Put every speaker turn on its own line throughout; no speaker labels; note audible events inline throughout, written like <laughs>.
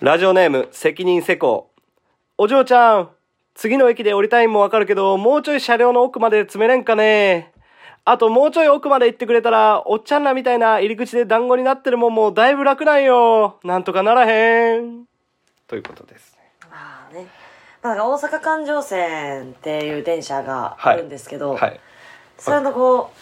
ラジオネーム、責任施工。お嬢ちゃん、次の駅で降りたいんもわかるけど、もうちょい車両の奥まで詰めれんかねあともうちょい奥まで行ってくれたら、おっちゃんらみたいな入り口で団子になってるもんもだいぶ楽なんよ。なんとかならへん。ということですね。
まあねまあなんか大阪環状線っていう電車が
は
あ
い
るんですけど、
はい。
それのこう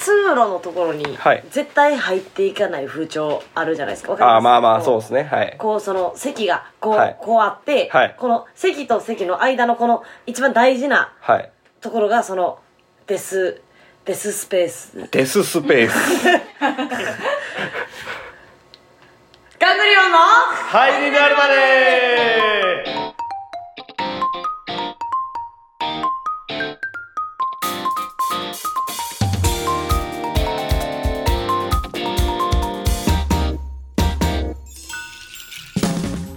通路のところに
はい
絶対入っていかない風潮あるじゃないですかわかり
あ
ま
あ、
す
まあまあ、そうですすね。はい。
こうその席がこう,、
はい
こうあって、
はい
この席と席の間のこの一番大事な
はい。
ところがそのデスデススペース
デススペー
<laughs>
ス。
ガングリオンの
入りなるまで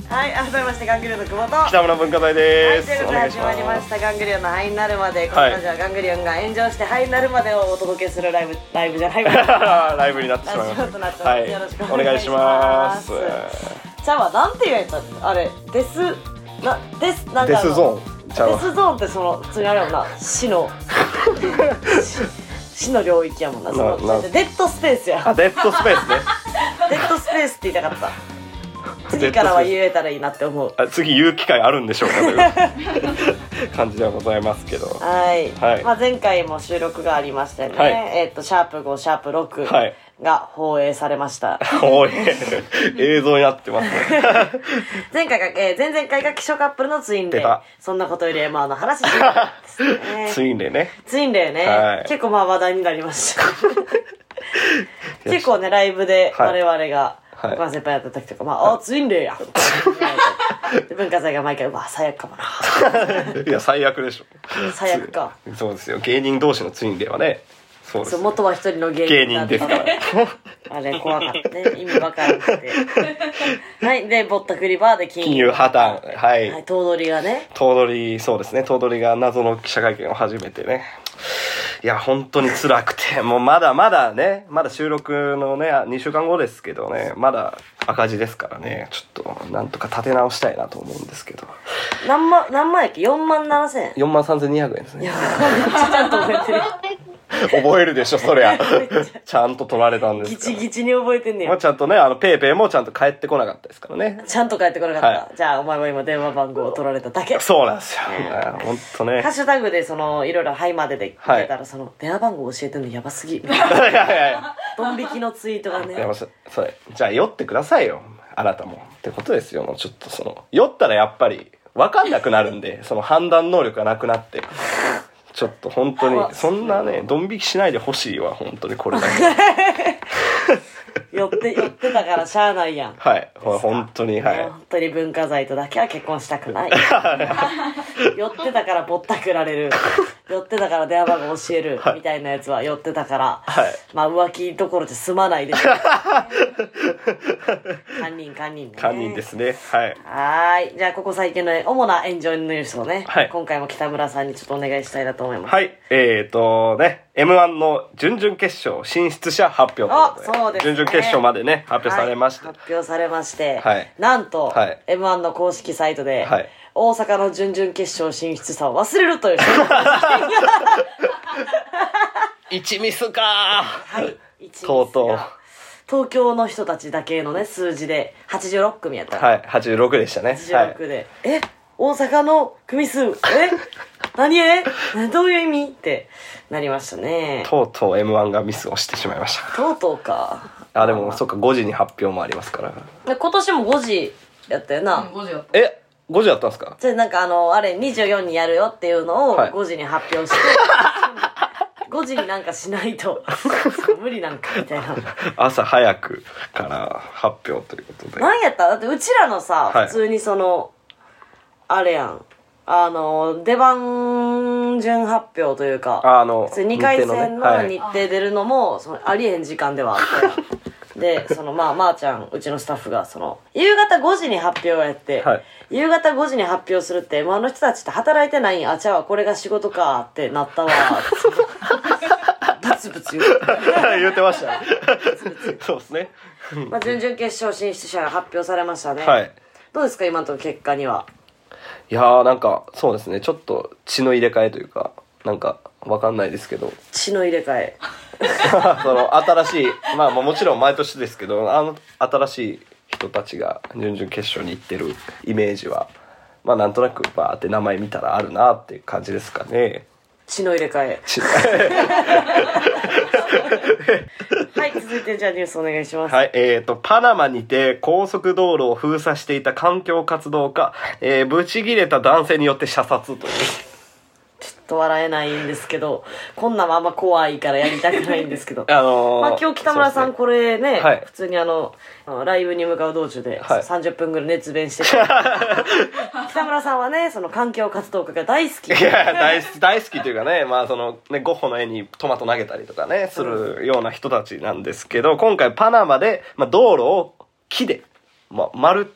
はい改めましてガングリオンの久保とはい
北村文化財で
とい
す。
うことで始まりましたガングリオンの灰になるまでこの
はい
ラジオはガングリオンが炎上して灰になるまでをお届けするライブライブじゃないわ
<laughs> ライブになってしまいま
ラジオとなっ
し
てます
た。はい
よろしく。
お
お
願
願
い
い
し
し
ま
ますす。ちゃうわなんて言えたあれデスなデスなんかあの
デスゾーン。ちゃう
デ
わ
スゾーンってその普通にあれやもんな
<laughs>
死の死死の領域やもんなその
なな
デッドスペースや
あ、デッドスペースね。
デッドスペースって言いたかった <laughs> 次からは言えたらいいなって思う
あ次言う機会あるんでしょうかという感じではございますけど。
<laughs> はい、
はい
まあ、前回も収録がありましたよね、
はい
えっ、とシャープ5シャープ
はい
6が放映されました、
<laughs> おい、映像になってますね。
前回が、えー前々回が気象カップルのツインレ
出
イ
た
そんなことよりまあの話しなかったです
<laughs> ツ
ね
インレイね。
ツインレイね、
はい
結構まあ話題になりま
<laughs>
した結構ねライブで
は
我
い
々が、
はい
まあ先輩やった時とか「まあ、あツインレイや」
<laughs>
で文化財が毎回「うわ最悪かもな」
いや、最悪でしょ。
最悪か。
<laughs> そうですよ。芸人同士のツインレイはね。そうで
そ
す
う。元は一人の芸
芸
人だ
人
っ
です
た
から。
<laughs> あれ怖かったね意味わからなくてはいでぼったくりバーで金
<laughs> 金
融
融破綻。はい。
はい頭取がね
頭取そうですね頭取が謎の記者会見を始めてねいや本当に辛くて <laughs> もうまだまだねまだ収録のね2週間後ですけどねまだ赤字ですからねちょっとなんとか立て直したいなと思うんですけど
何万何万やっけ4万7千
4万3200円です
いや
ね
めっちゃちゃんと覚えてる
覚えるでしょそり
<laughs>
ゃちゃんと取られたんで
ギ
すか
チ
ら
ギチに覚えてんね
もう
や
ちゃんとねあのペイペイもちゃんと返ってこなかったですからね
ちゃんと帰ってこなかった、
は
じゃあお前は今電話番号を取られただけハ
そうなんですよ本当ね
ッシュタグでそのいろいろ「はい」までで
はい
聞いたらその電話番号教えてんのやばすぎ
い <laughs> やいやいや
ドン引きのツイートが
<laughs>
ね
いやもうそそれじゃあ酔ってくださいよあなたもってことですよもうちょっとその酔ったらやっぱり分かんなくなるんでその判断能力がなくなってちょっと本当にそんなねドン引きしないでほしいわ本当にこれだけ
<laughs> 寄って寄ってたからしゃあないやん
はいほ本当にはい
本当に文化財とだけは結婚したくない寄ってたからぼったくられる寄ってたから電話番号教えるみたいなやつは寄ってたから、
はい
まあ浮気どころじゃ済まないでしょ堪忍堪忍ね
堪忍ですねはい
はーいじゃあここ最近の主な炎上のニュースをね、
はい
今回も北村さんにちょっとお願いしたいなと思います、
はいえーとね m 1の準々決勝進出者発表
あ
といこと
そうですね
準々決勝までね発表されました、
はい発表されまして、
はい
なんと、
はい
m 1の公式サイトで、
はい
大阪の準々決勝進出者を忘れるというは
一ミスか
い一
とうとう
東京の人たちだけのね数字で86組やった
ー
ら、
はい86でしたねはい
86で、え大阪の組数え何えどういう意味ってなりましたね
とうとう m 1がミスをしてしまいました
とうとうか
あでもそっか5時に発表もありますから
で今年も5時やったよな、
5時だった
え5時だったんですか <laughs>
じゃあなんかあの、あれ、24にやるよっていうのを
はい
5時に発
<laughs>
表して、5時になんかしないと、無理なんかみたいな。
朝早くから発表ということで
なんやっただってうちらのさ、
はい
普通にその、あれやん。あの、出番順発表というか、
ああの
普通2回戦の日
日
程出るのも、そのありえん時間ではあっ
<laughs>
たやんで、そのまあ、まー、ちゃん、うちのスタッフが、その、夕方5時に発表やって、
はい
夕方5時に発表するって、まあ、あの人たちって働いてないんやあ、ちゃうわ、これが仕事か、って
<laughs>
なったわ、ブツブツ言う。
程 <laughs> 言ってましたねそうですね <laughs>
まあ、準々決勝進出者が発表されましたね。
はい
どうですか今のところ結果にはい
やーなんかそうですねちょっと血の入れ替えというかなんかわかんないですけど <laughs>
血の入れ替え
その新しいまあまあもちろん毎年ですけどあの新しい人たちが準々決勝に行ってるイメージはまあなんとなくバーって名前見たらあるなっていう感じですかね。
血の入れ替え
血
はい続いてじゃあニュースお願い
<laughs>
します、
はい、えー、と、パナマにて高速道路を封鎖していた環境活動家、えー、ブチ切れた男性によって射殺という。
ちょっと笑えないんですけどこんなんはあんま怖いからやりたくないんですけど
<laughs> あのー
まあ、今日北村さん
そう
これね
はい
普通にあのあのライブに向かう道中で
はい
30分ぐらい熱
<laughs>
弁してて、北村さんはねその環境活動家が大好き
ですねいや、大好き、 <laughs> 大好きというかね、まあその、ね、ゴッホの絵にトマト投げたりとかね、するような人たちなんですけど、今回パナマで、まあ道路を木で、まあ丸、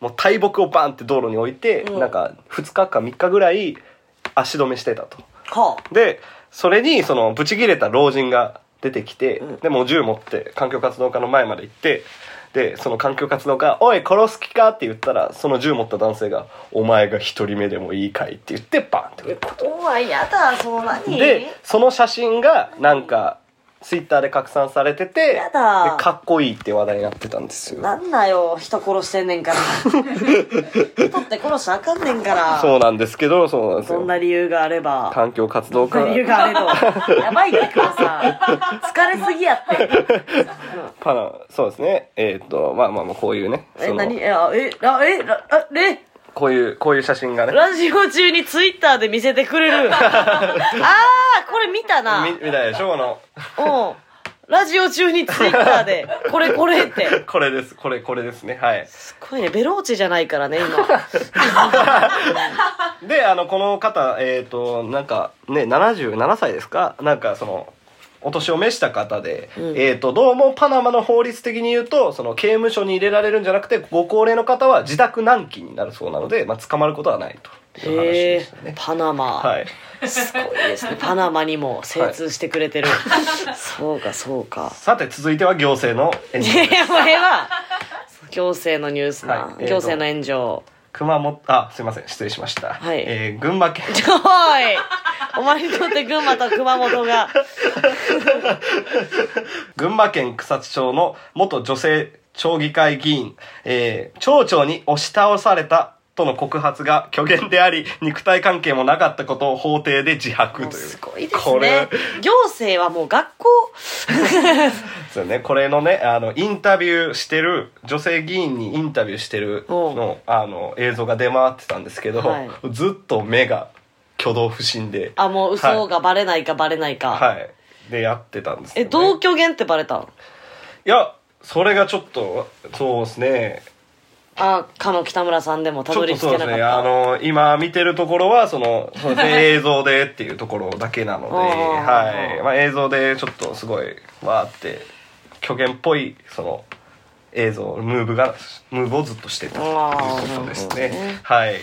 もう大木をバンって道路に置いて、
うん
なんか2日か3日ぐらい足止めしてたと。
は
でそれにそのブチ切れた老人が出てきて、
うん
でもう銃持って環境活動家の前まで行ってでその環境活動家「おい殺す気か?」って言ったらその銃持った男性が「お前が一人目でもいいかい」って言ってバンっ
あ
て
怖いやだその何
でその写真がなんかツイッターで拡散されててで
やだ
かっこいいって話題になってたんですよ
なんだよ人殺してんねん
<laughs>
から人って殺しちゃあかんねんから
そうなんですけどそうなんです
そん
よ
な理由があれば
環境活動家
理由があれど <laughs> やばいって母さん疲れすぎやって
パナそうですねえっ、とまあまあまあこういうね
え
その
何えあえらえらあえ
こういうこういう写真がね
ラジオ中にツイッターで見せてくれ
<laughs>
るあーこれ見たなう
み
ん
みたいでしょこの
ラジオ中にツイッターでこれこれって
<laughs> これですこれこれですねはい
すごいねベローチェじゃないからね今
であのこの方えっ、となんかね77歳ですかなんかそのお年を召した方で、
うん
えっとどうもパナマの法律的に言うとその刑務所に入れられるんじゃなくてご高齢の方は自宅軟禁になるそうなので、まあ、捕まることはないという話
へ
で
え
したね。
パナマ、
はい、
すごいですねパナマにも精通してくれてる、そうかそうか
さて続いては行政の援 <laughs>
い
助です
やこれは行政のニュースな、
はいえーと
行政の炎上
熊本あすいません失礼しました、
はい
えー群馬県
おいお前にとって群馬と熊本が
群馬県草津町の元女性町議会議員、えー町長に押し倒されたとの告発が虚言であり、肉体関係もなかったことを法廷で自白
もう
という。
すごいです
これ
ね、行政はもう学校
そうね、これのね、あの、インタビューしてる、女性議員にインタビューしてるの、あの、映像が出回ってたんですけど、
はい
ずっと目が挙動不審で。
あもう
が。
嘘がバレないかバレないか、
はい。はいで、やってたんですよ
え
ね
同居言ってバレたん
いや、それがちょっと、そうですね。
あかの北村さんでもたどり着けなか
ちょっとそうで
っ
す
た
ねあの今見てるところはそのそうですね映像でっていうところだけなので、
あー
はいまあ、映像でちょっとすごいわーって虚言っぽいその映像ムーブがムーブをずっとしてたということです
あーなるほど
ね
ね。
はい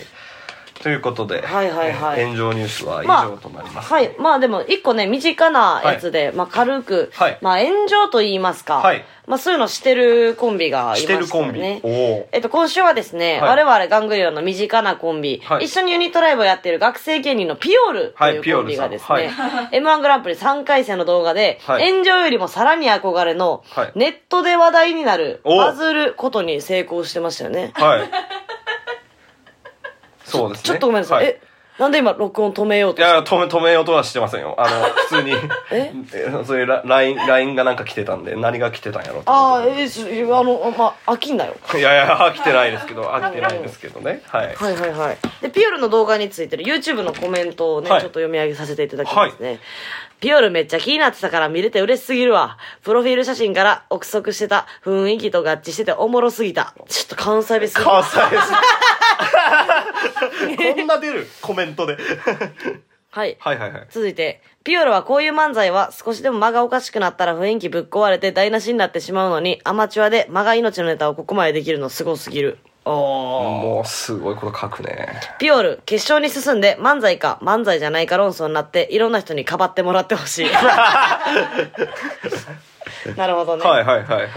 ということで、
はいはいはい
えー炎上ニュースは以上となります、
はい。まあでも、一個ね、身近なやつで、まあ軽く、
はい
まあ炎上と言いますか、
はい
まあそういうのしてるコンビがいまし
してて
ね。
るコンビ、おお
えっと、今週はですね、
はい
我々ガングリオンの身近なコンビ、
はい
一緒にユニットライブをやっている学生芸人のピオール
はい
というコンビがですね、
ピオールさ
M1 グランプリ3回戦の動画で、
はい
炎上よりもさらに憧れの
はい、
ネットで話題になる、
お
バズることに成功してましたよね。
はいそうですね
ちょっとごめんなさい。
は
え、なんで今録音止めよう
い
とした
や、止め、止めようとはしてませんよ。あの、普通に。
え
え <laughs> そういうラ LINE、ラインがなんか来てたんで、何が来てたんやろうと
あ
思っ
あ、
て
えー、すあの、まあ、飽きんなよ。
いやいや、来てない
<laughs>
ですけど、飽きてないですけどね。はい。
はいはいはい。で、ピオルの動画についてる YouTube のコメントをね、
はい
ちょっと読み上げさせていただきますね。ピオルめっちゃ気になってたから見れて嬉しすぎるわ。プロフィール写真から憶測してた雰囲気と合致してておもろすぎた。ちょっと関西弁すぎる。
関西
<laughs>
です。こんな出るコメントで。
はい。
はいはいはい。
続いて、ピオルはこういう漫才は少しでも間がおかしくなったら雰囲気ぶっ壊れて台無しになってしまうのに、アマチュアで間が命のネタをここまでできるのすごすぎる。おー。
もう、すごいこと書くね。
ピオール、決勝に進んで漫才か漫才じゃないか論争になって、いろんな人にかばってもらってほしい。なるほどね。
はいはいはいはい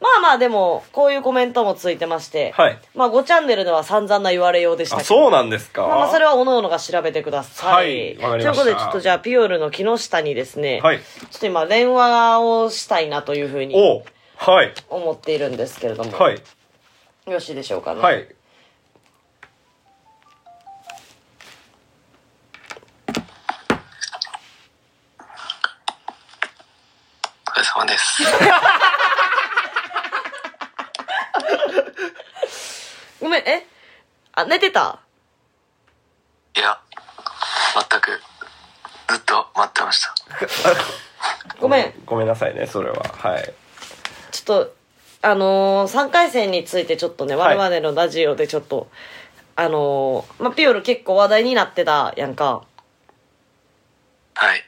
まあまあでも、こういうコメントもついてまして、
はい
まあ5チャンネルでは散々な言われようでした
あ
けど。
そうなんですか
まあまあそれはおのおのが調べてくださ。
はいいわかりました
ということで、ちょっとじゃあ、ピオルの木下にですね、
はい
ちょっと今、電話をしたいなというふうに
おはい
思っているんですけれども、
はい
よろしいでしょうかね。
はい
お疲れ様です。
ごめん、えあ、寝てた
いや、全く、ずっと待ってました。
ごめん。
ごめんなさいねそれははい
ちょっと、あのー、3回戦についてちょっとね、
はい
我々のラジオでちょっと、あのー、まあ、ピオル結構話題になってたやんか。
はい。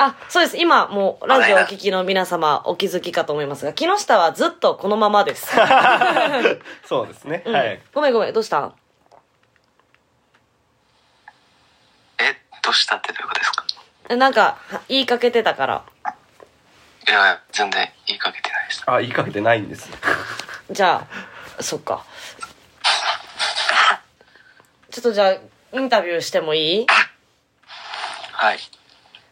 あ、そうです。今、もう、ラジオ
あ
お
れだ
聞きの皆様、お気づきかと思いますが、木下はずっとこのま
<laughs>
まです。
そうですね、はい
ごめんごめん、どうした
え、どうしたってどういうことですか
えなんか、は言いかけてたから。
いや、全然言いかけてないです。
あ言いかけてないん
<laughs>
ですね <laughs>
じゃあ、そっか。ちょっとじゃあ、インタビューしてもいい
はい。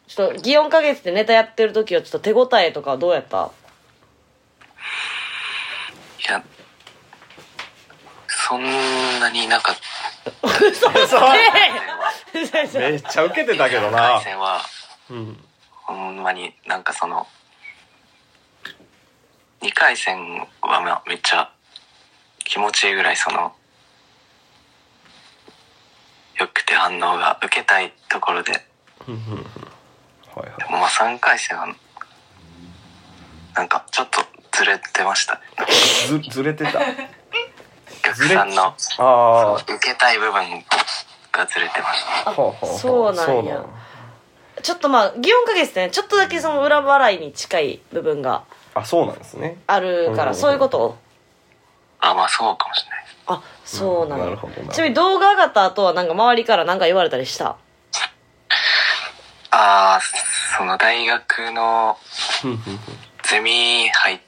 ちょっと、祇園か月でネタやってる時は、ちょっと手応えとかはどうやった
いや、そんなにいなかっ
<laughs>
めっちゃ受けてたけど
た
な
回線は、
うん
ほんまになんかその、2回戦はまあめっちゃ気持ちいいぐらいその、良くて反応が受けたいところで、
はいはい
まあ3回戦はなんかちょっとずれてましたね
<laughs> ずずれてた
お客さんの
あ
受けたい部分がずれてました
あ
そうなんやちょっとまあ、祇園か月ってね、ちょっとだけその裏払いに近い部分が
あそうなんですね
あるか
う
ら、
ん
そういうこと
あまあそうかもしれないです
あ、そうなん
うんなる
だ
ほどな。
ちなみに動画上がった後はなんか周りからなんか言われたりした
ああその大学の
うんうんうん
ゼミ入っ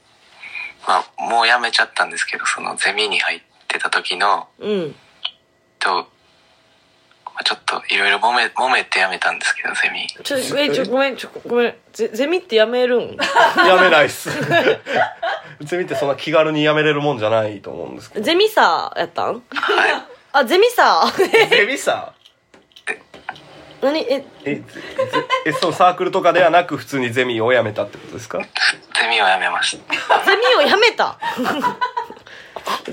まあもうやめちゃったんですけどそのゼミに入ってた時の
うん。
と、まあ、ちょっといろいろ揉め揉めてやめたんですけどゼミ
ちょ、え、ちょ、ごめん、ちょ、ごめん。ゼゼミってやめ
<laughs>
るん
やめないっすゼミってそんな気軽にやめれるもんじゃないと思うんですけど
ゼミさやったん
はい
あ、ゼミさ
ゼミさ
<laughs> 何え、
えぜぜえそのサークルとかではなく普通にゼミをやめたってことですか
ゼミをやめました
ゼミをやめ
<laughs>
た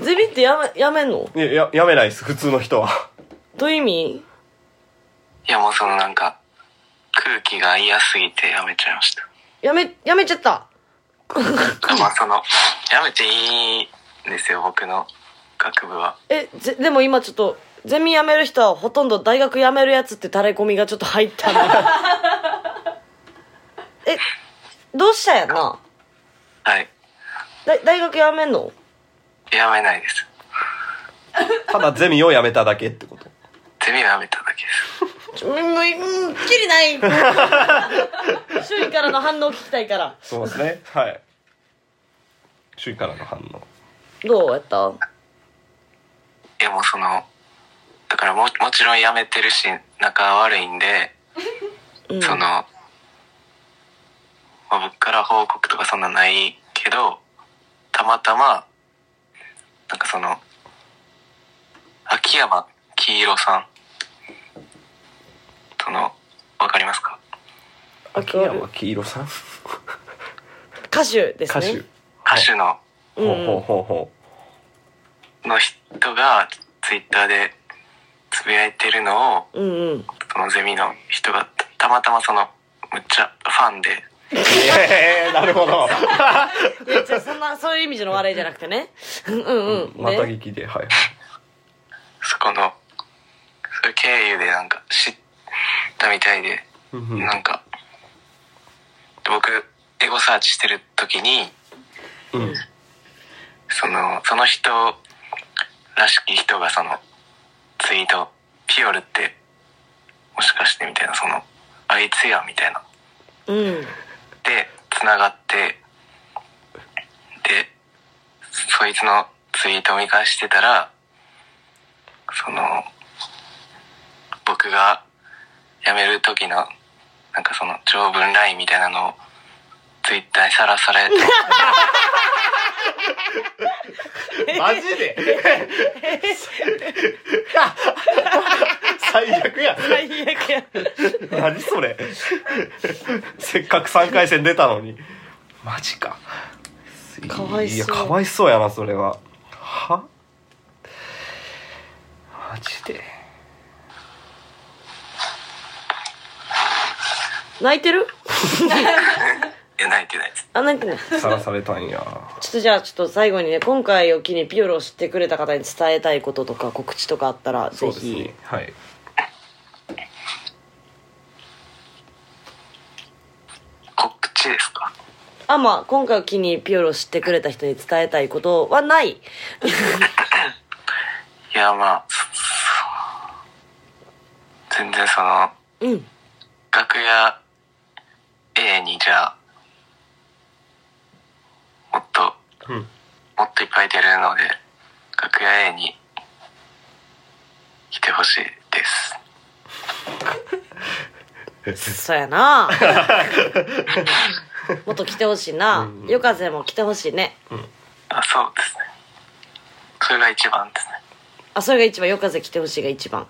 ゼミってやめ、やめんの
いやややめないっす普通の人は
どういう意味
いやもうそのなんか空気が嫌すぎてやめちゃいました
やめ、やめちゃった。
まあそのやめていいんですよ僕の学部は
え、ぜでも今ちょっと、ゼミ辞める人はほとんど大学辞めるやつって垂れ込みがちょっと入ったん <laughs> だ。え、どうしたんやんな
はい
だ大学辞めんの
やめないです
ただゼミをやめただけってこと
ゼミをやめただけです
ちょもう、もう、うん、きり <laughs> ない。周囲からの反応聞きたいから。
そうですねはい周囲からの反応
どうやった
いやもうそのだからももちろんやめてるし仲悪いんで、
うん。
その、まあ、僕から報告とかそんなないけどたまたまなんかその秋山黄色さんそのわかりますか
秋山黄色さん
歌手です
歌
ね。
手
歌手の
う
ほうんほう
うん。
ほうほ
の人がツイッターでつぶやいてるのを
うんうん。
そのゼミの人がたたまたまそのむっちゃファンで
うええなるほど
いや、じゃあそんな、そういう意味での笑いじゃなくてね。うんうんうん。
また
ね、
聞きではい
そこのそれ経由でなんか知ったみたいで
うんうん
なんか僕エゴサーチしてる時に
うん
そのその人らしき人がそのツイート「ピオルってもしかして」みたいなその「あいつや」みたいな
うん。
でつ繋がって、で、そいつのツイートを見返してたら、その、僕が辞める時の、なんかその条文ラインみたいなのをツイッターにさらされて、
マジで最悪や
<laughs> 最悪や。
何それせっかく3回戦出たのにマジか
かわいそう
やかわいそうやなそれははマジで
泣いてる
え、泣いてないです。
あ、泣いてない。
さらされたんや
ちょっとじゃあ、ちょっと最後にね、今回を機にピオロを知ってくれた方に伝えたいこととか告知とかあったら、
そ
ぜ
うです
ひ
ね。はい
告知ですか
あ、まあ、今回を機にピオロを知ってくれた人に伝えたいことはない。
いや、まあ、そそ全然その、
うん。
楽屋 A にじゃあ、もっと、
うん
もっといっぱい出るので、楽屋 A に来てほしいです。
そう
<laughs>
やなもっと来てほしいな
うん。
夜風も来てほしいね。
あ、そうですね。それが一番ですね。
あ、それが一番、夜風来てほしいが一番。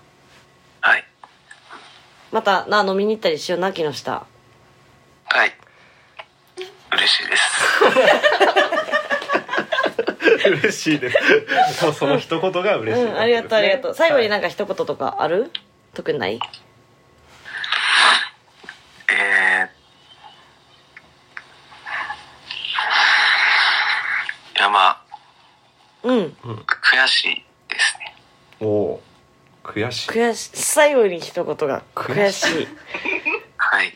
はい。
また、な、飲みに行ったりしような、木下。
はい。嬉しいです。
嬉しいですもうその一言が嬉しい、
うん、ありがとう、ありがとう。最後に
な
なんか一言とかある特にない
えー、いや、まあ、
うん。
悔しいですね。
おおー悔しい
悔し、最後に一言が、
悔
悔
し
しい。
はい。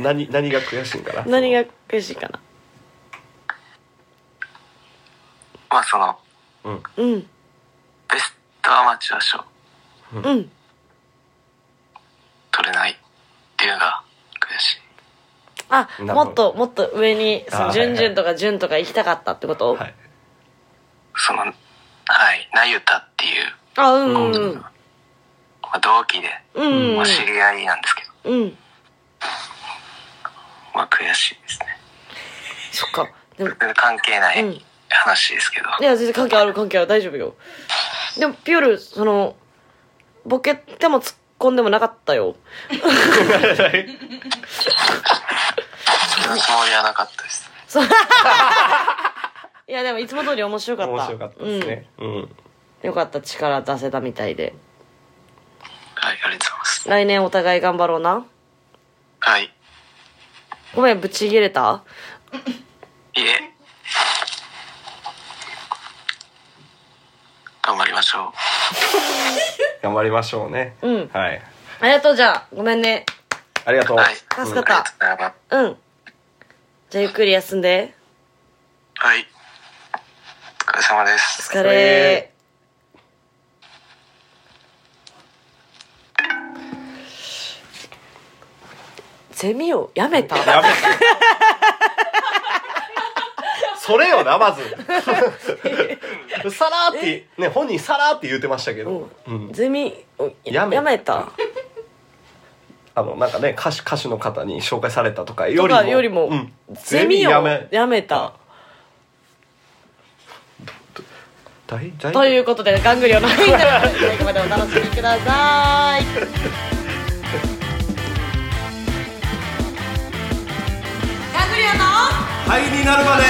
何何が悔しいんかな
何が悔しいかな。
まあ、その、
うん
うん、
ベストアマチュア賞
うん。
取れないっていうのが悔しい。
あ、
なるほど
もっと、もっと上に、そ
あ
の、
はいは
順
い
々とか順とか行きたかったってこと、
はい
その、はい、なゆたっていう、
あ、うん、うんうん。
まあ、同期で、
うん、うん
まあ、知り合いなんですけど、
うん。
まあ、悔しいですね。
そっか。でも、
それ関係な
うん
い話ですけど、
いや、全然関係ある関係ある。大丈夫よ。でも、ピヨル、その、ボケても突っ込んでもなかったよ。
そのつもりはなかったです。
<laughs>
いや、でも、いつも通り面白かった。
面白かったですねうん、
うん。よかった、力出せたみたいで。
はい、ありがとうございます。
来年お互い頑張ろうな。
はい。
ごめん、ぶち切れた
いえ。頑張りましょう。
頑張りましょうね
うん
はい
ありがとう、じゃあ。ごめんね。
ありがとう、
はい。
助
あ
かった
りがと。うございます。
うん。じゃあ、ゆっくり休んで。
はい。お疲れ様で
お
す。
疲れゼミをやめた
やばいそれよな
<laughs>
まずさらーってね本人さらーって言うてましたけど、うん
ゼミを
や
や
め
やめた
あのなんかね歌手歌手の方に紹介されたとかよ
と
りも
かよりも、
うん
ゼミを
やめ
やめた
大大
ということでガングリオのみんな最後までお楽しみくださいガングリオの
灰になるまで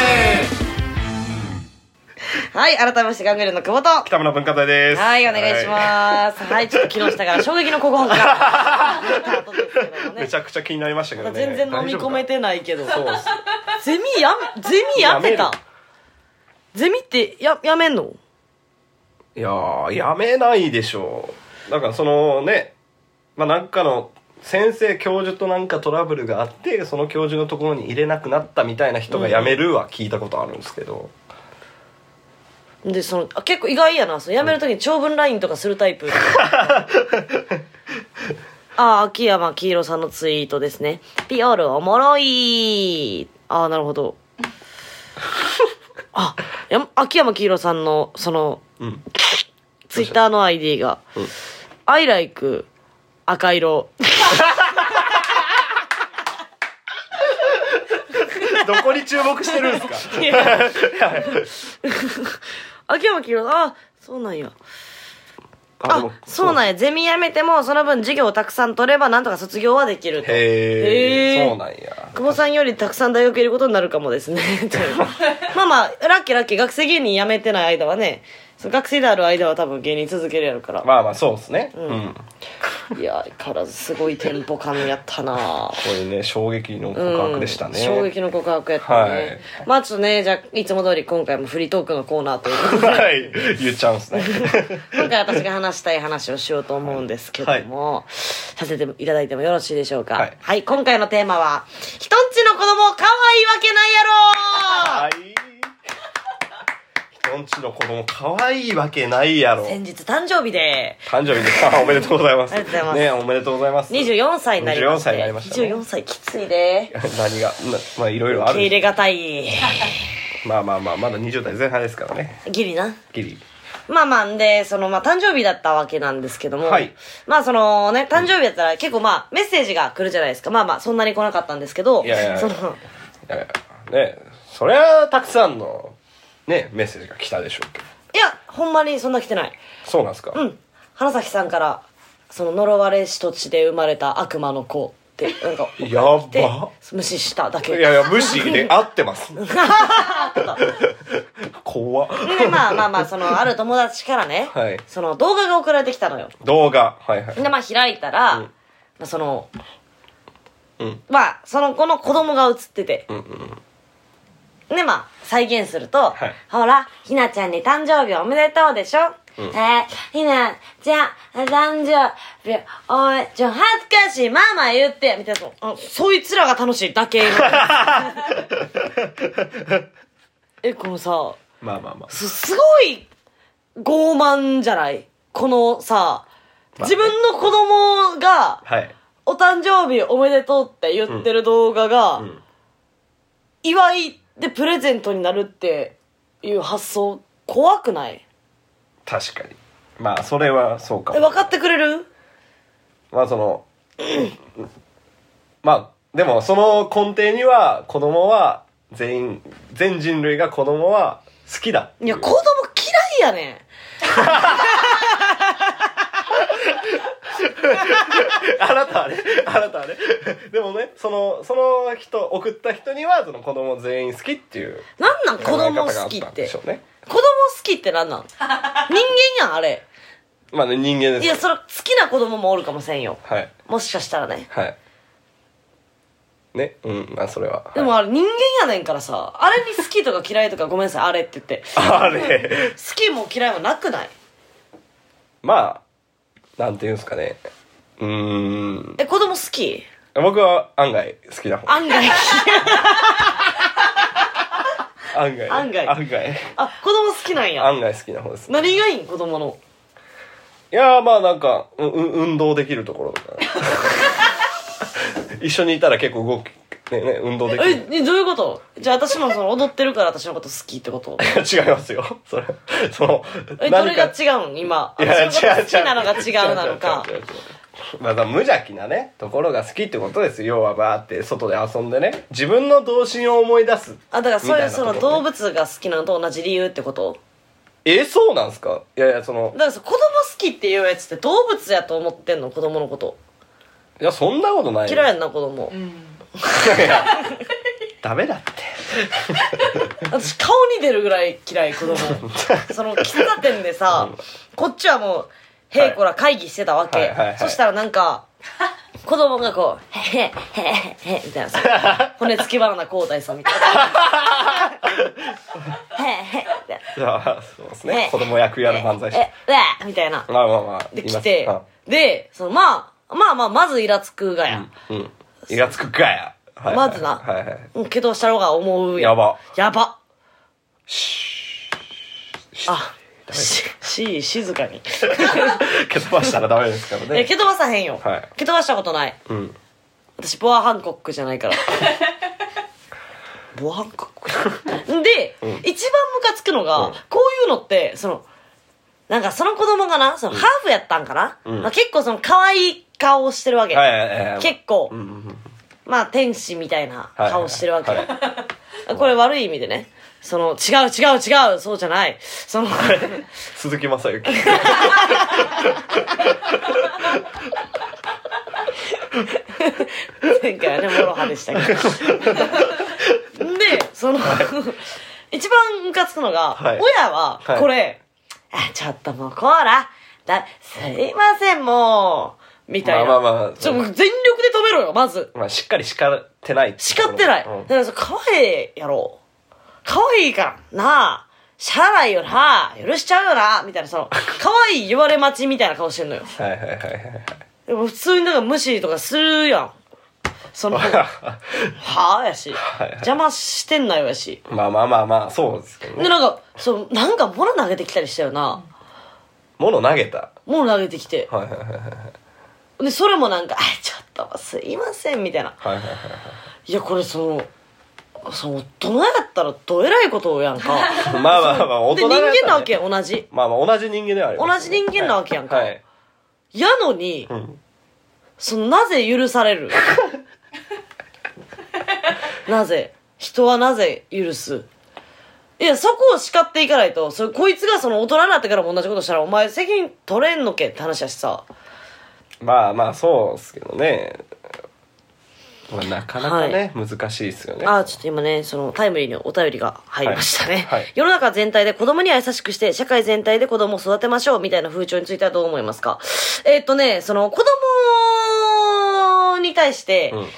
はい改めましてガングリオの久保と
北村文化財です
はい、お願いします。はい、ちょっと木下から衝撃の告白
<laughs>
が。あった後ですけども
すめ
ね
ち。ゃくちゃ気になりましたけど
まだ
ね
全然飲み込めてないけど。
大丈夫かそう
ゼミやめ、ゼミやめ
や
た
める。
ゼミってや、やめんの
いやーやめないでしょうだからそのねまあなんかの先生教授となんかトラブルがあってその教授のところに入れなくなったみたいな人が辞めるは聞いたことあるんですけど、
で、その、あ
<laughs>
結構意外やな。そのやめるときに長文ラインとかするタイプ。あ、秋山黄色さんのツイートですね。ピオールおもろいああ、なる
<laughs>
ほど。あ、や秋山黄色さんの、その、
うん
ツイッターの ID が、
うん
アイライク赤色。
どこに注目してるんですか
秋山黄色さん、あ、そうなんや。
で
<laughs> あ
も、
そうなんや。ゼミやめても、その分授業をたくさん取れば、なんとか卒業はできると。
へ
へ
え
ー
そうなんや
久保さんよりたくさん大学いることになるかもです
<laughs>
ね。というまあまあ、ラッキーラッキー、学生芸人辞めてない間はね、その学生である間は多分芸人続けるやろから。
まあまあそうですねうん、こ
いや、相変わらずすごいテンポ感やったなぁ。
れね衝撃の告白でしたね、
うん衝撃の告白やったね、
はい
まあちょっとねじゃあいつも通り今回もフリートークのコーナーということで
<laughs> はい言っちゃうんですね <laughs>
今回私が話したい話をしようと思うんですけども、させていただいてもよろしいでしょうか。は
はいい、
今回のテーマは、人んちの子供可愛いわけないやろ
はい人んちの子供可愛いわけないやろ
先日誕生日で、
誕生日です <laughs> あおめでとうございます
ありがとうござい
ねおめでとうございます
24歳になりました。
24歳になりましたね
24歳きついで。
何がなまあいろいろあ
受
る
け入れがたい。
まあまあまあまだ20代前半ですからね
ギリな。
ギリ
まあまあんで、そのまあ誕生日だったわけなんですけども、
はい
まあそのね、誕生日だったら結構まあメッセージが来るじゃないですか。まあまあそんなに来なかったんですけど、
いやいやいや
その、
いやいやねそりゃたくさんのねメッセージが来たでしょうけど
いや、ほんまにそんな来てない。
そうなんですか、
うん <laughs> 花咲さんからその呪われし土地で生まれた悪魔の子ってなんか
やば
で無視しただ
い
け
やいや無視で合って
<laughs>
ます怖っ
でまあまあまあそのある友達からね、
<laughs> はい
その動画が送られてきたのよ
動画はいはい
でまあ開いたら、まあ、その、
うん
まあその子の子供が映ってて、でまあ再現すると、
はい
ほらひなちゃんに誕生日おめでとうでしょ、えー、ひなちゃん誕生日おめちょ恥ずかしいママ言ってみたいなそあそいつらが楽しいだ
<laughs>
けえこのさ
まあまあまあ
すすごい傲慢じゃないこのさ、
まあ
自分の子供が、
はい
お誕生日おめでとうって言ってる動画が、
ん
祝いでプレゼントになるっていう発想、怖くない
確かにまあそれはそうか
え、
も
分かってくれる
まあそのまあでもその根底には子供は全員全人類が子供は好きだ
いや、子供嫌いやねん。
あなたはね、あなたはね。でもね、その、その人、送った人には、その子供全員好きっていう。
なんなん子
考え
供
方があ
好
っ
き
た
っ
ん
て。
で
子
しょ
供
うね。
好きってなんなん人間やん、あれ。
まあね、人間で
い
す。
や、それ好きな子供もおるかもしれんよ。
はい。
もしかしたらね。
はい。ね、うん、まあそれは。はい
でもあれ人間やねんからさ、あれに好きとか嫌いとかごめんなさい、あれって言って。
あれ、
好きも嫌いもなくない
まあ、なんていうんですかね。うーん。
え、子供好き
僕は案外好きな方。
案
<laughs>
外。
案外。
案外
案外。
あ、子供好きなんや。
案外好きな方です。
何がいいん子供の。
いやーまあなんか、う、う運動できるところとか。 <laughs> 一緒にいたら結構動き、ね、ね、運動でき
え、
る。
ねどういうことじゃあ私もその踊ってるから私のこと好きってこと
違いますよ。それ、その、 <laughs>
え、どれが違うん今。
いや違う
私のこと好き
違う
なのが違うなのか
違。う違う違う違うまあ、だから無邪気なね、ところが好きってことですよ。要はバーって外で遊んでね。自分の童心を思い出す。
あ、だからそういう
みた
そ
な
の
ところ
動
ね。
物が好きなのと同じ理由ってこと
え、そうなんすかいやいや、その
だ、からさ子供好きっていうやつって動物やと思ってんの子供のこと。
いや、そんなことないよ。
嫌いやんな子供。
<laughs> ダメだって。
私顔に出るぐらい嫌い子供その喫茶店でさこっちはもうへいこら会議してたわけ、
はいはいはい
そしたらなんか子供がこう「へへへへへ」みたいなさ骨付きバナナ交代さんみたいな「へへ」みたい
じゃあ、そうです
な
ね。子供役やる漫才師
え。えうわみたいな
まあまあまあ。
で
いま
来
す
てでそのまあまあまあまずイラつくがや、
うん。うんイラつくかや。はい
まずな
はいはい。
うん、けどしたろうが思う
やば。
やば
し
あしししい静かに
蹴飛ばしたらダメですから
え
ね
蹴飛ばさへんよ、
はい
蹴飛ばしたことない
うん
私ボアハンコックじゃないから <laughs> ボアハンコックで、
うん
一番ムカつくのが、
うん
こういうのってそのなんかその子供がなその、ハーフやったんかな、
うん
まあ、結構その可愛い顔をしてるわけ、
はいはいはい
結構、
うんうんうん
まあ天使みたいな
はい
顔してるわけ、
はい
これ悪い意味でねその違う違う違うそうじゃないその
鈴木雅之
前回はねモロハでしたけどでその、一番ムカつくのが、
はい
親は
はい
これ、あちょっともうこらだすいませんもうみたいな、
まあまあまあ
ちょ全力で止めろよまず
まあしっかり叱ってない
叱ってない、
うん
だからそれ可愛いやろ可愛いからなあしゃあないよなあ許しちゃうよなあみたいなその可愛い言われ待ちみたいな顔してんのよ
はいはいはいはい
でも普通になんか無視とかするやんそのはあやし
はい
邪魔してんなよやし
<laughs> まあまあまあまあそうですけど
で
ね
なんかそうなんか物投げてきたりしたよな
物投げた
物投げてきて
はいはいはいはい
でそれもなんか「あちょっともうすいません」みたいな
はいはいはい
いやこれそのその大人やったらどえらいことやんか
まあまあまあ <laughs> 大
で
人だ
人
ったらね
間なわけやん同じ
まあまあ同じ人間ではあります
同じ人間なわけやんか
はいはい
やのに、
ん
そのなぜ許されるなぜ人はなぜ許すいやそこを叱っていかないとそれこいつがその大人になってからも同じことしたらお前責任取れんのけって話だしさ
まあまあそうですけどねまあなかなかね難しいですよね
あーちょっと今ねそのタイムリーにお便りが入りましたね、
はいはい
世の中全体で子供には優しくして社会全体で子供を育てましょうみたいな風潮についてはどう思いますかえーっとねその子供に対して
うん
優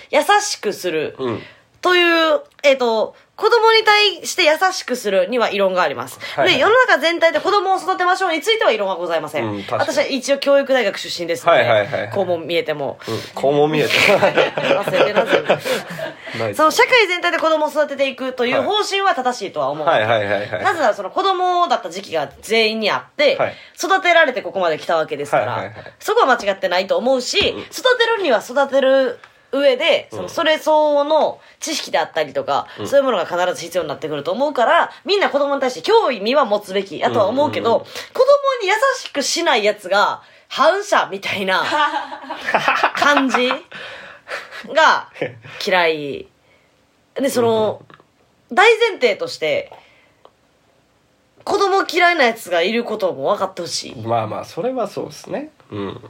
しくする、
うん
という、えっ、と、子供に対して優しくするには異論があります。
はいはい
で、世の中全体で子供を育てましょうについては異論はございません。
うん確かに
私は一応教育大学出身ですので、
はいはいはいはい
こうも見えても。
うん肛門見えて
忘れてなぜ
<laughs> ない
<laughs> その社会全体で子供を育てていくという方針は正しいとは思う。
はいはいはいはい
なぜならその子供だった時期が全員にあって、
はい
育てられてここまで来たわけですから、
はいはいはい
そこは間違ってないと思うし、育てるには育てる上で、そのそれ相応の知識であったりとか、そういうものが必ず必要になってくると思うから、みんな子供に対して興味は持つべきやとは思うけど、子供に優しくしないやつが、反射みた
<laughs>
いな感じが嫌い。で、その、大前提として、子供嫌いなやつがいることも分かってほし
まあまあそれはそうですねうん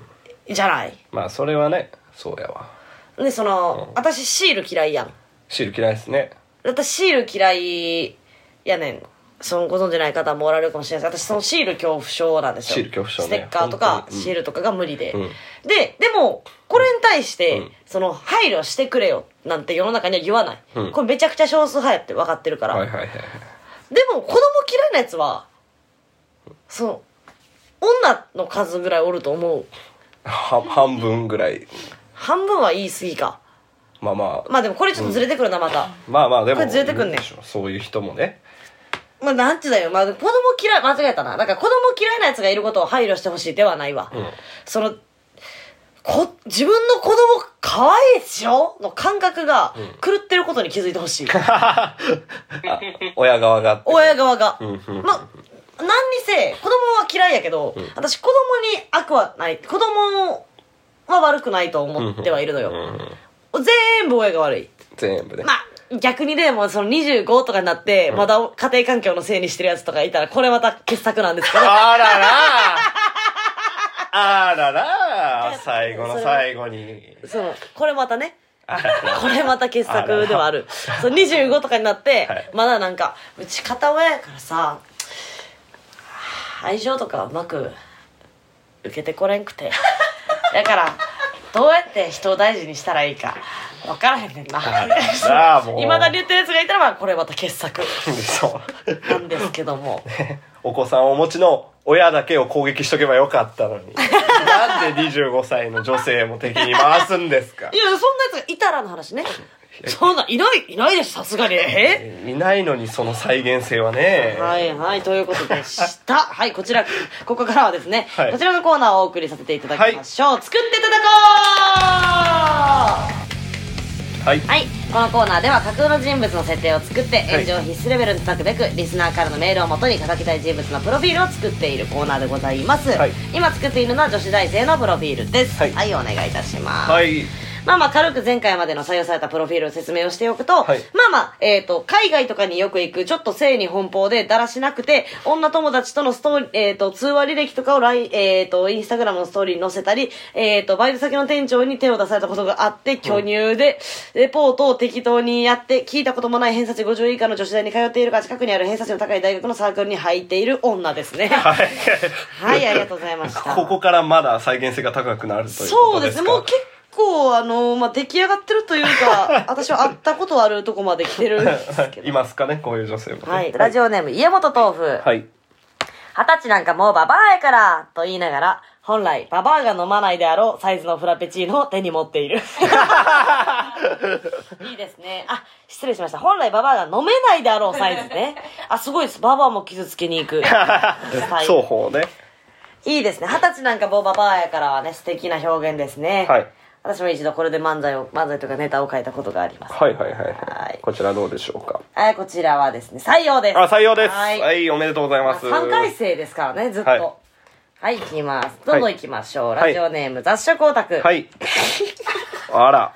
いじゃない
まあそれはねそうやわ
でその、
うん
私シール嫌いやん
シール嫌いですね
私シール嫌いやねんそのご存じない方もおられるかもしれないです私そのシール恐怖症なんですよ
シール恐怖症ね
ステッカーとか
本当にうん
シールとかが無理で、
うん
ででもこれに対して、
うん
その配慮してくれよなんて世の中には言わない、
うん
これめちゃくちゃ少数派やって分かってるから、
はいはいはいはい
でも子供嫌いなやつはその女の数ぐらいおると思う
は半分ぐらい
半分は言い過ぎか
まあまあ
まあでもこれちょっとずれてくるな、また。
まあまあでも
これずれてくんねん
いるでしょうそういう人もね <laughs>
まあなんちゅうだよ。まあ子供嫌い、間違えたな。だから子供嫌いな奴がいることを配慮してほしいではないわ。
うん
その、こ、自分の子供可愛いでしょの感覚が狂ってることに気づいてほしい。
あ親側が
親側が。
うんうん
まあ、何にせ、子供は嫌いやけど、私子供に悪はない。子供は悪くないと思ってはいるの
う
よ。
ん
全部親が悪い。
全部ね
まあ、逆にでも、その25とかになって、まだ家庭環境のせいにしてるやつとかいたら、これまた傑作なんですけど。
あららあらら最後の最後に
その、これまたね、
あらら
これまた傑作ではある。そう、25とかになって
はい、
まだなんか、うち片親やからさ、愛情とかうまく受けてこれんくて。だから、どうやって人を大事にしたらいいか、わからへんねんな。
さあもう
いまだに言ってるやつがいたら、まあ、これまた傑作
そう
なんですけ
<laughs>
ども。
お子さんをお持ちの親だけを攻撃しとけばよかったのになんで25歳の女性も敵に回すんですか
いや、そんなやつがいたらの話ね。そんな、いない、いないです、さすがに。え
いないのにその再現性はね
はいはい、ということ
<laughs>
でした。はい、こちら、ここからはですね、
はい
こちらのコーナーをお送りさせていただきましょう。作っていただこう
はい
はい、このコーナーでは架空の人物の設定を作って
い
炎上必須レベルに叩くべく、リスナーからのメールをもとに叩きたい人物のプロフィールを作っているコーナーでございます、
はい
今作っているのは女子大生のプロフィールです
は
はいい、お願いいたします、
はい
まあまあ軽く前回までの採用されたプロフィールを説明をしておくと、
はい
まあまあ、えっ、と、海外とかによく行く、ちょっと性に奔放でだらしなくて、女友達とのストーリー、えっ、と、通話履歴とかをライン、えっ、と、インスタグラムのストーリーに載せたり、えっ、と、バイト先の店長に手を出されたことがあって、巨乳で、レポートを適当にやって、聞いたこともない偏差値50以下の女子大に通っているが、近くにある偏差値の高い大学のサークルに入っている女です
<laughs>
ね。はい、
はい
ありがとうございました。
ここからまだ再現性が高くなるというこ
そう
と
で
ですす
ね
か
もう結構あのまあ出来上がってるという
<laughs>
か私は会ったことあるとこまで来てるんですけど
いますかねこういう女性もね
はい、ラジオネーム家元豆腐二十、
はい
歳なんかもうババアやからと言いながら本来ババアが飲まないであろうサイズのフラペチーノを手に持っ
<laughs>
ているいいですねあ失礼しました本来ババアが飲めないであろうサイズねあすごいですババアも傷つけに行くはい
双方ね
いいですね。二十歳なんかボーババアやからはね、素敵な表現ですね。
はい。
私も一度これで漫才を、漫才とかネタを書いたことがあります。
はいはいはいは
はいい
こちらどうでしょうか
はい、こちらはですね、採用です。
あ採用ですは、
はいい。
おめでとうござい
まあ
ます
3回生ですからね、ずっと。
は
はいい、い、きます。どんどんいきましょう。
はい
ラジオネーム、雑誌光沢。
はいあ
<laughs>
ら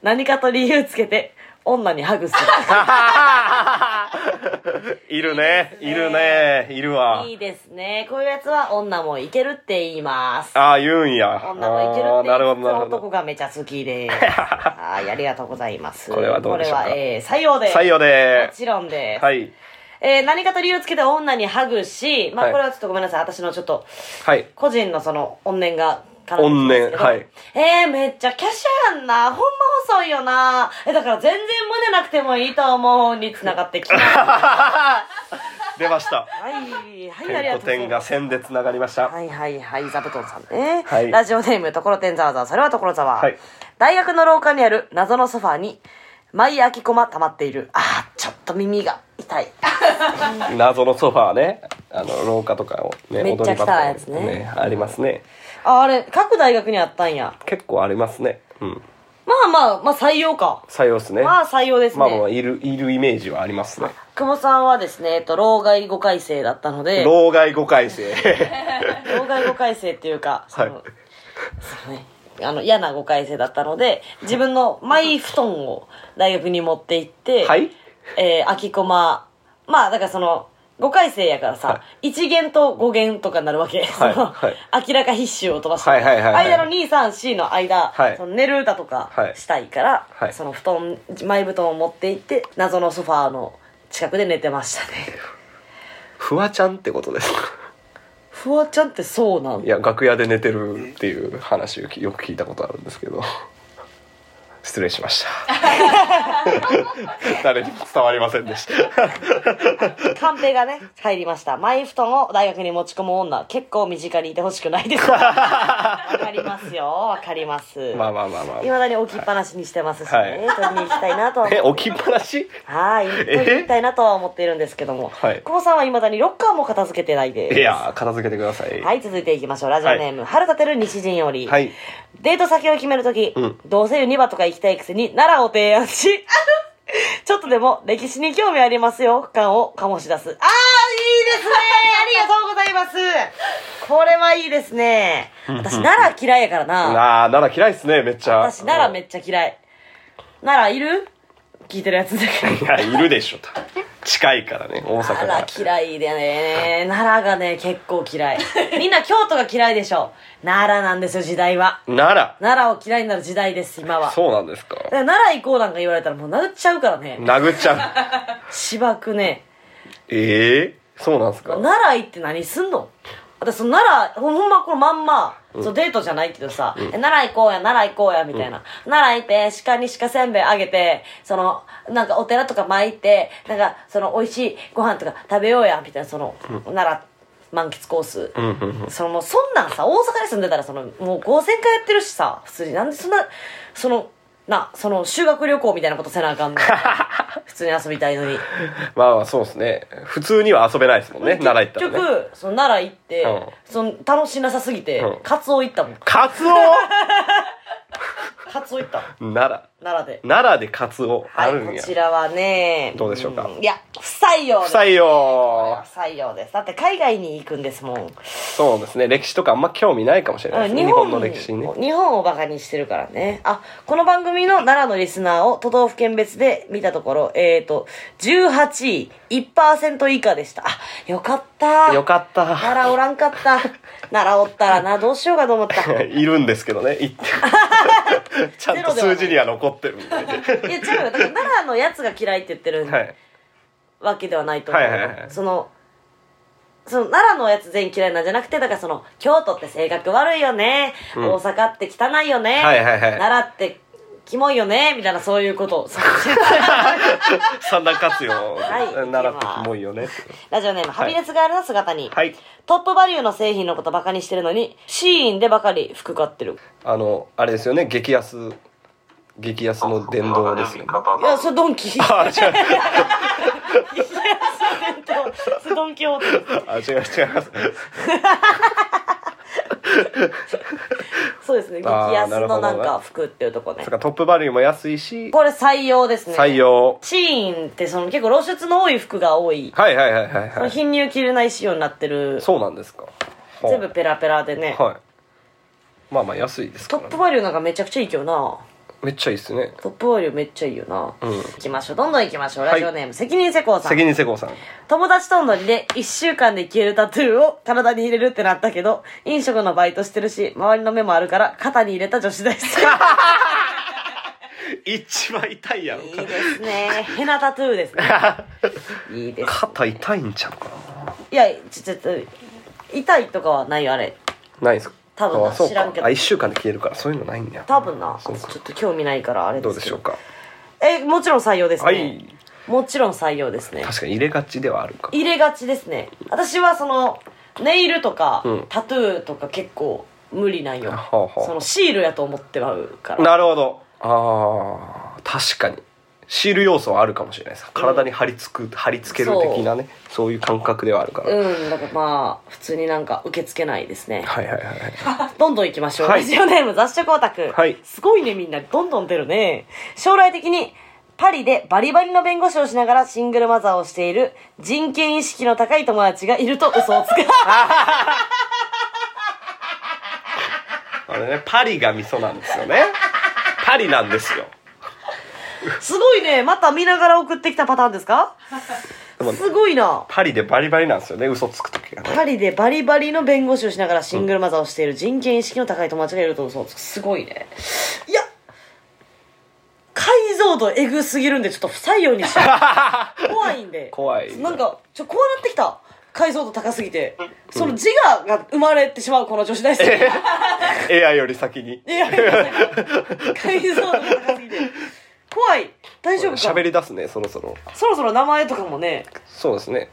何かと理由つけて、女にハグす
いるねいるねいるわ
る。いいですね。こういうやつは、女もいけるって言います。
ああ言うんや
女もいける
あ
っ
ー
て
なるほど
言いつつ
なるほど
男がめちゃ好
<laughs>
きです。はい、ありがとうございます。
これはどうでしょうか
これは、えー、採用です。
採用で
もちろんです。
はい
えー何かと理由つけて女にハグし、ま
は
あ
い
これはちょっとごめんなさい、私のちょっと、
はい
個人のその、怨念が絡んできますけど。
怨
えー、めっちゃ華奢やんな。ほんま細いよな。え、だから全然胸なくてもいいと思うに繋
<laughs>
がってきますは
出ました
い、はい、あ
点と
りがとうござい
点
ま
が
す。
線でつながりました
はいはいはい、座布団さんね。
はい
ラジオネーム、ところてんざわざわ、それはところざわ。
はい
大学の廊下にある謎のソファーに、舞空き駒溜まっている。あー、ちょっと耳が痛い。
謎のソファーねあの廊下とかをね
めっちゃ汚いやつね
踊り場とかありますね
ああれ、各大学にあったんや。
結構ありますねうん
まあまあ、まあ採用か。
採用ですね
まあ採用ですね。
まあまあいるいるイメージはありますね
久保さんはですね、えっと、老害5回生だったので、老
老害誤解生
害5回生っていうか、その、
はい
そうねあの、嫌な5回生だったので、自分のマイ布団を大学に持って行って、
はい
えー、空き駒、まあ、だからその、5回生やからさ、
は
1弦と5弦とかになるわ
は
け。
い
その
はい
明らか必修を飛ばして、
はいはいはいはい
間の2、3、4の間、
はい
その寝る歌とか
はい
したいから、
はい
その布団、前布団を持って行って、謎のソファーの近くで寝てましたね。
<laughs> フワちゃんってことですか
フワちゃんってそうなん
いや楽屋で寝てるっていう話をきよく聞いたことあるんですけど失礼しました
<laughs>
誰にも伝わりませんでした
カンペがね、入りました。マイ布団を大学に持ち込む女、結構身近にいてほしくないです。わかりますよ、わかります。
まあまあまあまあ
いまだに置きっぱなしにしてますしね、
はい
取りに行きたいなとは
え
思
置きっぱなし
はい、取りに行きたいなとは思っているんですけども、
はい
久保さんはいまだにロッカーも片付けてないです。
いや片付けてください
はい、続いていきましょう。ラジオネーム、春立てる西陣より。
はい
デート先を決めるとき、
うん
どうせユニバとか行きたいくせに奈良を提案し、 <laughs> ちょっとでも歴史に興味ありますよ感を醸し出 <laughs> す。あー、いいですねありがとうございますこれはいいですね。私、奈良嫌いやからな。
なあ奈良嫌いっすねめっちゃ
私、奈良めっちゃ嫌い。奈良いる聞いてるやつだけ
<laughs>
ど。
いやいるでしょ近いからね大阪から
奈良嫌いでね。奈良がね、結構嫌い。みんな京都が嫌いでしょ。奈良なんですよ、時代は。
奈
奈良を嫌いになる時代です、今は
良。そうなんです
だ
か
から奈良行こうなんか言われたらもう殴っちゃうからね。
殴っち
<laughs>
ゃう
芝生ね。
ええそうなんですか
奈良行って何すんの私その奈良、ほほんまこのまんま、そのデートじゃないけどさ、え奈良行こうや、奈良行こうや、みたいな。奈良行って、鹿に鹿せんべいあげて、その、なんかお寺とか参って、なんかその美味しいご飯とか食べようや、みたいな、その、奈良満喫コース、
うんうんうん
そのもうそんなんさ大阪に住んでたらそのもう5000回やってるしさ普通になんでそんなそのなその修学旅行みたいなことせなあか
<laughs>
んの普通に遊びたいのに、
まあまあそうですね普通には遊べないですもんね
結
奈良行ったらね
局その奈良行って、
うん
その楽しなさすぎて、
うん
カツオ行ったもん
カツ
<laughs> カツオ行ったもん
オ奈
奈良で
良奈良でカツオ <laughs> あ
はい
るん
こ
や、
ちらはね
どうでしょうか
んいや不採用で
不
す
採
これ
用
は不採用ですだって海外に行くんですもん、
そうですね歴史とかあんま興味ないかもしれないです、
うん
ね、日本の歴史にね
日本をバカにしてるからねあこの番組の奈良のリスナーを都道府県別で見たところえっ、ー、と18位1%以下でしたあよかった
よかった
奈良おらんかった
<laughs>
奈良おったらなどうしようかと思った
いるんですけどね
<laughs>
行ってちゃんと数字には残ってるみたいで
いや違うよだから奈良のやつが嫌いって言ってる
はい
わけではないと思う、
はいはいはい
そのその奈良のやつ全員嫌いなんじゃなくてだからその京都って性格悪いよね、
うん
大阪って汚いよね、
はいはいはい
奈良ってキモいよねみたいなそういうこと <laughs> そう
三段活用
はい
奈良ってキモいよねって
ラジオネーム、
はい
ハビレスガールの姿に、
はい
トップバリューの製品のことバカにしてるのにシーインでばかり服買ってる
あのあれですよね激安激安の電動ですよね
いやそれドンキ <laughs> いや
あ違う
それドンキホーテ
あ違う違い <laughs> ます
そうですね激
あー
安
なるほ
の
どね
なんか服っていうとこね
そっかトップバリューも安いし
これ採用ですね
採用
シーインってその結構露出の多い服が多い
はいはいはいはい
そ
は
の
い
貧乳着れない仕様になってる
そうなんですかほう
全部ペラペラでね、
はいまあまあ安いですから
トッ
ね
プバリューなんかめちゃくちゃいいけどな
めっちゃいいっすね
トップバリューめっちゃいいよな、
うん
行きましょうどんどん行きましょう
は
ラ
い
ジオネーム、責任施工さん
責任施工さん
友達とんどりで1週間で消えるタトゥーを体に入れるってなったけど飲食のバイトしてるし周りの目もあるから肩に入れた女子大生
一番痛いやろ
いいですねヘナタトゥーですねいい
<laughs>
です
肩痛いんちゃうか
いやちょちょっと痛いとかはないよあれ
なないんすか
多分な
あそうか
知らんけど
あ1週間で消えるからそういうのないんだよ
多分なち
そ
ょ
うか
っと興味ないからあれ
ど
で
う
す
で
け
し
ど
ょうか
えもちろん採用ですね、
はい
もちろん採用ですね
確かに入れがちではあるか
入れがちですね私はそのネイルとか、
うん
タトゥーとか結構無理なんよ、
はあはあ
そのシールやと思ってまうから
なるほどあー確かにシール要素はあるかもしれないです体に貼り付く貼り付ける的なねそういう感覚ではあるから、
うんだからまあ普通になんか受け付けないですね
はいはいはい
どんどん行きましょう、
はい
ラジオネーム雑食オタク、
はい
すごいねみんなどんどん出るね将来的にパリでバリバリの弁護士をしながらシングルマザーをしている人権意識の高い友達がいると嘘をつく
あれねパリが味噌なんですよ
<laughs>
ねパリなんですよ
すごいねまた見ながら送ってきたパターンですか
でもね
すごいな
パリでバリバリなんですよね嘘つく時がね <laughs>
パリでバリバリの弁護士をしながらシングルマザーをしている人権意識の高い友達がいると嘘をつくすごいねいや解像度エグすぎるんでちょっと不採用にし
<laughs>
よう怖いんで
怖い
なんかちょ怖なってきた解像度高すぎてその自我が生まれてしまうこの女子大生
AI より先に
いやいやいや解像度が高すぎて怖い大丈夫か
喋り出すねそろそろ
そろそろ名前とかもね
そうですね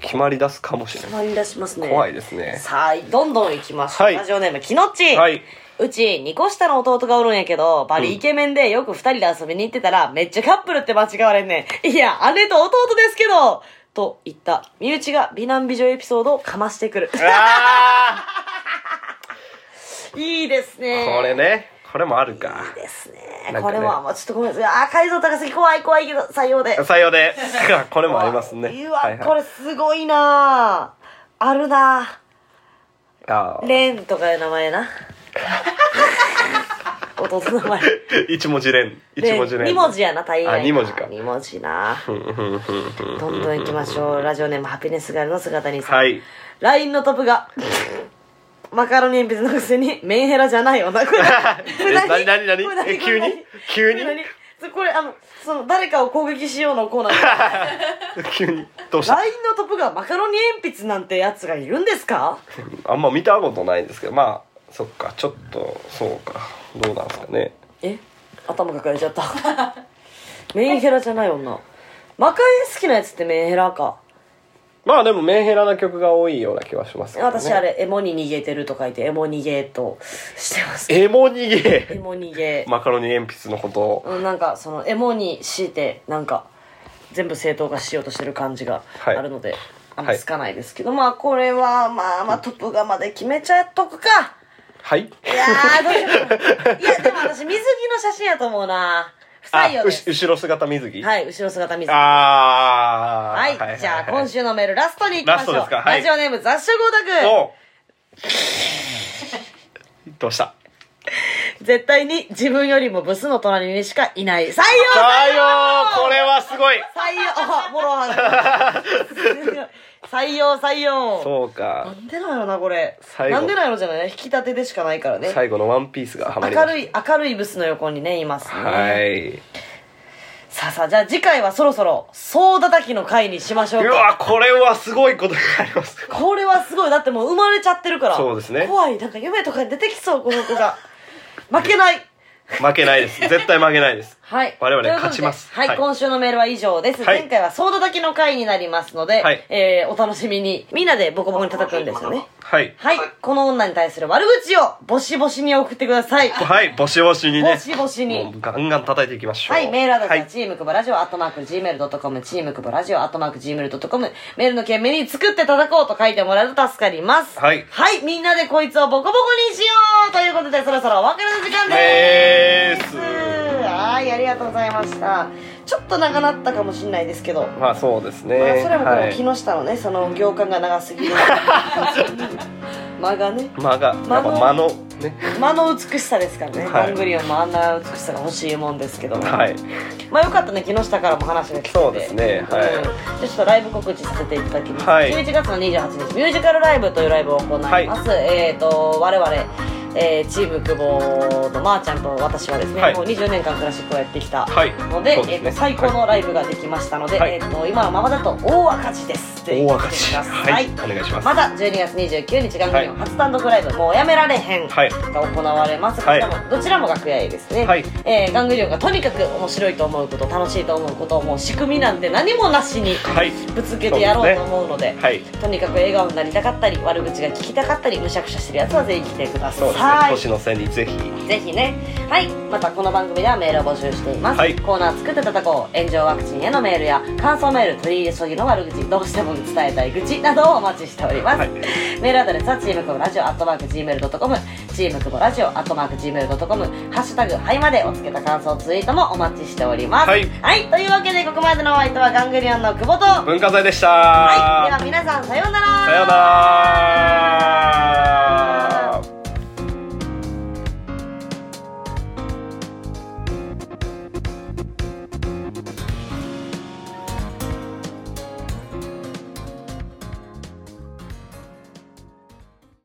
決まり出すかもしれ
決 <laughs>
ない
まり出しますね
怖いですね
さあどんどん行きましょう、
はい
ラジオネームきのっち、
はい、
うち2個下の弟がおるんやけどバリイケメンでよく2人で遊びに行ってたら、めっちゃカップルって間違われんねん <laughs> いや姉と弟ですけどと言った身内が美男美女エピソードをかましてくる
あ
<laughs> いいですね
ーこれねこれもあるか
いいですね
なん
こ
かね
れもあちょっとごめんなさいあー解像高すぎ怖い怖いけど採用で
採用で <laughs> これもありますね
うわ、
はいはい
これすごいなああるな
あー
レンとかいう名
<laughs>
前な弟の名前
<laughs> 一文字連一
で
文字連
二文字やな大概
あ二文字か
2文字な
うんうんうんうん
どんどん行きましょうラジオネームハピネスガールの姿にさん、
はい
LINE のトップがマカロニ鉛筆のくせにメンヘラじゃない女こ
<laughs>
れ
え何何何
これ何
え急に
これ何
急に
これ何そこれあのその誰かを攻撃しようのコ
<laughs>
ーナー
急にどうした
LINE のトップがマカロニ鉛筆なんてやつがいるんですか
あんま見たことないんですけどまあそっかちょっとそうかどうなんですかね
え頭抱えちゃった <laughs> メンヘラじゃない女魔界好きなやつってメンヘラか
まあでもメンヘラな曲が多いような気はしますけど、ね、
私あれ、エモに逃げてると書いて、エモ逃げとしてます。
エモ逃
エ
げ <laughs>
モ逃げ。
マカロニ鉛筆のことを
うん、なんか、その、エモに強いて、なんか、全部正当化しようとしてる感じがあ
はい
るので、あんま
はい
つかないですけど、まあ、これは、まあまあ、トップガまで決めちゃっとくか。
はい
いやー、ど
<laughs>
うしようかな。いや、でも私、水着の写真やと思うな。不
あ
採用
う
で
し
す。
後ろ姿水着、
はい、後ろ姿水着。
ああ
はい、じゃあ今週のメールラストに行きましょう。
ラストですかはい
ラジオネーム雑食オタ
おどうした
ク。絶対に自分よりもブスの隣にしかいない。採用
採用これはすごい
採用
<laughs>
あもろはず採用採用
そう
な
か
んでなんやろな、これ。
最後
なんでなんやろじゃない引き立てでしかないからね。
最後のワンピースがはまりま
明
した
るい、明るいブスの横にね、いますね。
はい
さあさあ、じゃあ次回はそろそろ、総叩きの回にしましょう
う
か。
わこれはすごいことがあります
これはすごい。だってもう生まれちゃってるから。
そうですね
怖い。なんか夢とかに出てきそう、この子が。 <laughs> 負けない。
負けないです絶対負けないです
はい。
我々
ということで
勝ちます
はい、
はい
今週のメールは以上です。
はい
前回はソード炊きの回になりますので、
はい
えー、お楽しみに。みんなでボコボコに叩くんですよね。
はい
はい。この女に対する悪口を、ぼしぼしに送ってください。は
はいボシボシにね
ボシボシに
もうガンガン叩いていきましょう
い、メールアドレスは、
はい
チームくぼラジオ、アットマーク、gmail.com、チームくぼラジオ、アットマーク、gmail.com、メールの件名に作って叩こうと書いてもらえると助かります。
はい
はい、みんなでこいつをボコボコにしようということで、そろそろお別れの時間です。
でーす
はい、ありがとうございました。ちょっと長なったかもしれないですけど、
まあそうですね、
まあ、それもこ
は
の
い
木下のね、その行間が長す <laughs> ぎる間がね
間がやっぱ間のね
間の美しさですからね、
はい
どんぐりをもあんな美しさが欲しいもんですけども、
はい
まあよかったね木下からも話が聞けて
そうですねはい
うんじゃあちょっとライブ告知させていただきます、
はい
11月の28日ミュージカルライブというライブを行います、えっ、と我々えーチーム久保のまーちゃんと私はですね、
はい
もう20年間クラシックをやってきた
はい
ので,、
そうです
え
ね
ーと最高のライブができましたので、
はい
えー、と今のままだと大赤字ですぜ
大
ひ来
赤
て
字
くださ
はい、お願いします
まだ12月29日ガングリオン初単独ライブ、もうやめられへんが
はい
行われます、
はい
こちらもどちらも楽屋へですね、
はい
えーガングリオンがとにかく面白いと思うこと楽しいと思うことをもう仕組みなんて何もなしに
はい
ぶつけてやろうと思うので
はい
とにかく笑顔になりたかったり悪口が聞きたかったりむしゃくしゃしてるやつはぜひ来てくだ
そうですね
さい
年の瀬にぜひ
ぜひねはいまたこの番組ではメールを募集しています、
はい
コーナー作って叩こう炎上ワクチンへのメールや感想メール取り入れそぎの悪口どうしても伝えたい愚痴などをお待ちしております、
はい
メールアドレスはチームクボラジオアットマーク Gmail.com チームクボラジオアットマーク Gmail.com ハッシュタグはいまでをつけた感想ツイートもお待ちしております
はい
というわけでここまでのお相手はガングリオンの久保とはい
文化財でした
では皆さんさようなら
さようなら